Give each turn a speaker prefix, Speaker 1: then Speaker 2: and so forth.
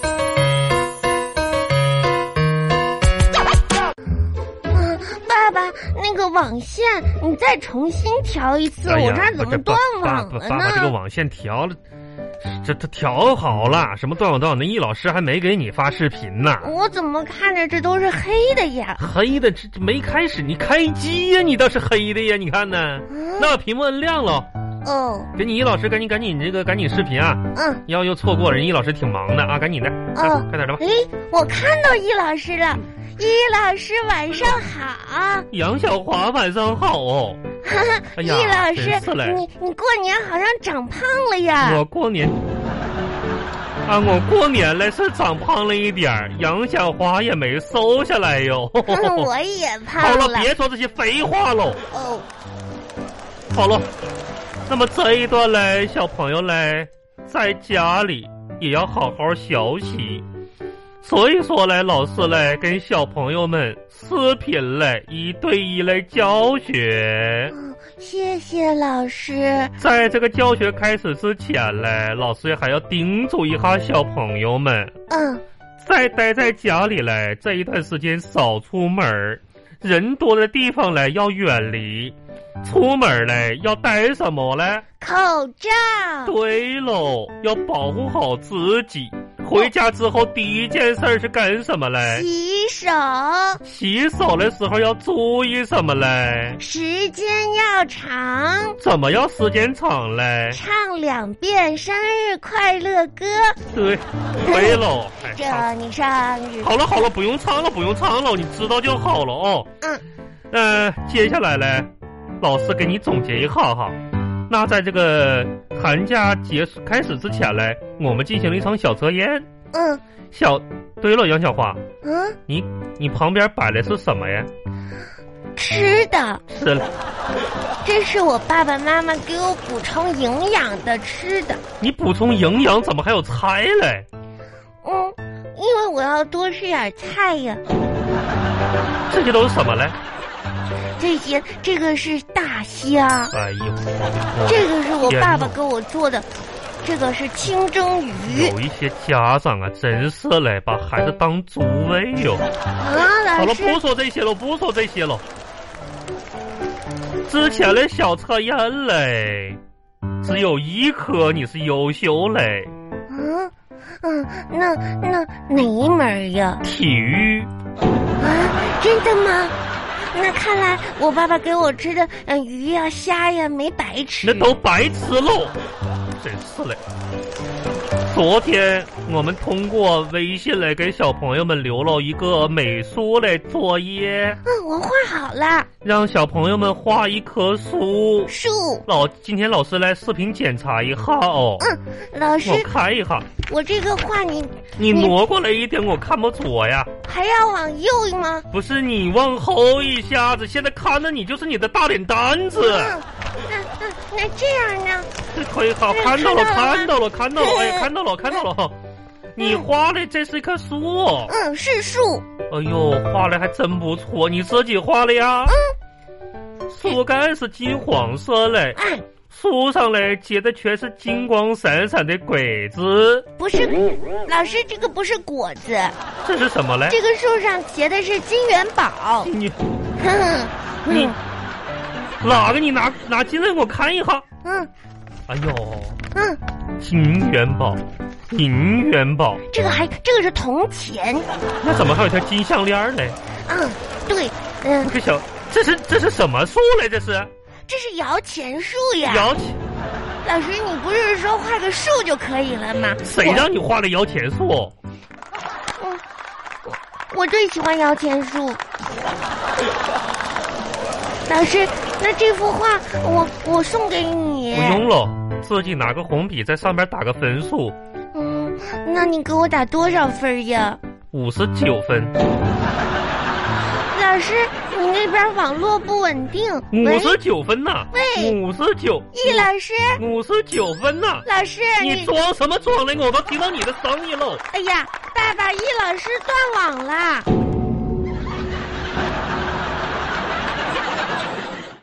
Speaker 1: 嗯网线你再重新调一次，
Speaker 2: 哎呀
Speaker 1: 我这儿怎么断网
Speaker 2: 把
Speaker 1: 了
Speaker 2: 把把把这个
Speaker 1: 呢？
Speaker 2: 网线调了，这这调好了，什么断网断网的，易老师还没给你发视频呢。
Speaker 1: 我怎么看着这都是黑的呀？
Speaker 2: 黑的这这没开始，你开机呀、你倒是黑的呀，你看呢？
Speaker 1: 嗯
Speaker 2: 那把屏幕摁亮了，
Speaker 1: 哦，
Speaker 2: 给你易老师赶紧赶紧这个赶紧视频啊，
Speaker 1: 嗯
Speaker 2: 要又错过人易老师挺忙的啊，赶紧的，啊
Speaker 1: 哦
Speaker 2: 快点的吧。
Speaker 1: 哎，我看到易老师了，易老师晚上好。
Speaker 2: 杨小华晚上好 哦，哎
Speaker 1: 易
Speaker 2: 呀
Speaker 1: 老师
Speaker 2: 真是，嘞
Speaker 1: 你你过年好像长胖了呀？
Speaker 2: 我过年。啊，我过年了是长胖了一点儿，杨小华也没瘦下来哟。
Speaker 1: 嗯，我也
Speaker 2: 好
Speaker 1: 胖
Speaker 2: 了，
Speaker 1: 了。
Speaker 2: 别说这些废话喽。
Speaker 1: 哦，
Speaker 2: 好了，那么这一段嘞，小朋友嘞，在家里也要好好学习。所以说嘞，老师嘞跟小朋友们视频嘞一对一嘞教学。
Speaker 1: 嗯谢谢老师。
Speaker 2: 在这个教学开始之前嘞，老师还要叮嘱一下小朋友们，
Speaker 1: 嗯，
Speaker 2: 再待在家里嘞，这一段时间少出门儿人多的地方嘞要远离，出门儿嘞要带什么嘞？
Speaker 1: 口罩。
Speaker 2: 对喽，要保护好自己。回家之后第一件事儿是干什么嘞？
Speaker 1: 洗手，
Speaker 2: 洗手的时候要注意什么嘞？
Speaker 1: 时间要长，
Speaker 2: 怎么要时间长嘞？
Speaker 1: 唱两遍生日快乐歌，
Speaker 2: 对，对喽。哎
Speaker 1: 祝
Speaker 2: 好
Speaker 1: 你生日。
Speaker 2: 好了好了，不用唱了不用唱了，你知道就好了哦。
Speaker 1: 嗯，
Speaker 2: 呃，接下来嘞，老师给你总结一下哈。那在这个寒假结束开始之前嘞，我们进行了一场小测验。
Speaker 1: 嗯
Speaker 2: 小，对了，杨小花，
Speaker 1: 嗯，
Speaker 2: 你你旁边摆的是什么呀？
Speaker 1: 吃的，
Speaker 2: 吃了，
Speaker 1: 这是我爸爸妈妈给我补充营养的吃的。
Speaker 2: 你补充营养，怎么还有菜嘞？
Speaker 1: 嗯，因为我要多吃点菜呀。
Speaker 2: 这些都是什么嘞？
Speaker 1: 这些，这个是大虾，
Speaker 2: 哎呦，
Speaker 1: 这个是我
Speaker 2: 天
Speaker 1: 爸
Speaker 2: 哪
Speaker 1: 爸给我做的，这个是清蒸鱼
Speaker 2: 有一些家长啊，真是嘞，把孩子当猪喂哟。
Speaker 1: 啊。
Speaker 2: 好
Speaker 1: 老
Speaker 2: 了，
Speaker 1: 师，
Speaker 2: 不说这些了，不说这些了。之前的小测验嘞，只有一科你是优秀嘞，
Speaker 1: 嗯嗯，那那哪一门儿呀？
Speaker 2: 体育。
Speaker 1: 啊，真的吗？那看来我爸爸给我吃的嗯鱼呀、虾呀没白吃啊
Speaker 2: 那。都白吃喽，真是嘞。昨天我们通过微信来给小朋友们留了一个美术类作业，
Speaker 1: 嗯，我画好了
Speaker 2: 让小朋友们画一棵树。
Speaker 1: 树。
Speaker 2: 老，今天老师来视频检查一下哦，
Speaker 1: 嗯，老师
Speaker 2: 我，看一下，
Speaker 1: 我这个画你
Speaker 2: 你
Speaker 1: 你
Speaker 2: 挪过来一点，我看不着呀。
Speaker 1: 还要往右吗？
Speaker 2: 不是你往后一下子，现在看着你就是你的大脸蛋子。
Speaker 1: 嗯，那那那这样呢？
Speaker 2: 这可以好，
Speaker 1: 嗯
Speaker 2: 看到了，哎看
Speaker 1: 看
Speaker 2: 到了，看到了，
Speaker 1: 嗯
Speaker 2: 哎，看嗯到了，看到了哈。你画的这是一棵树，
Speaker 1: 嗯，是树。
Speaker 2: 哎呦，画的还真不错，你自己画的呀？树干是金黄色嘞，
Speaker 1: 哎，
Speaker 2: 树上嘞结的全是金光闪闪的鬼子，
Speaker 1: 不是，
Speaker 2: 嗯
Speaker 1: 老师，这个不是果子，
Speaker 2: 这是什么嘞？
Speaker 1: 这个树上结的是金元宝。
Speaker 2: 你
Speaker 1: 哼哼，
Speaker 2: 你
Speaker 1: 嗯
Speaker 2: 哪个？你拿拿进来我看一下。
Speaker 1: 嗯
Speaker 2: 哎呦，
Speaker 1: 嗯，
Speaker 2: 金元宝，银元宝，
Speaker 1: 这个还这个是铜钱。
Speaker 2: 那怎么还有条金项链嘞？
Speaker 1: 嗯，对，嗯
Speaker 2: 这，个小，这是这是什么树嘞？这是
Speaker 1: 这是摇钱树呀。
Speaker 2: 摇钱，
Speaker 1: 老师，你不是说画个树就可以了吗？
Speaker 2: 谁让你画的摇钱树？
Speaker 1: 我？我我最喜欢摇钱树。老师，那这幅画我我送给你
Speaker 2: 不。用了，自己拿个红笔在上面打个分数，
Speaker 1: 嗯，那你给我打多少分呀？
Speaker 2: 五十九分，
Speaker 1: 老师，你那边网络不稳定。
Speaker 2: 五
Speaker 1: 喂
Speaker 2: 十九分呐、
Speaker 1: 喂
Speaker 2: 五十九，
Speaker 1: 易老师，
Speaker 2: 五十九分呐、
Speaker 1: 老师，
Speaker 2: 你装什么装嘞？我都听到你的声音喽！
Speaker 1: 哎呀，爸爸，易老师断网了。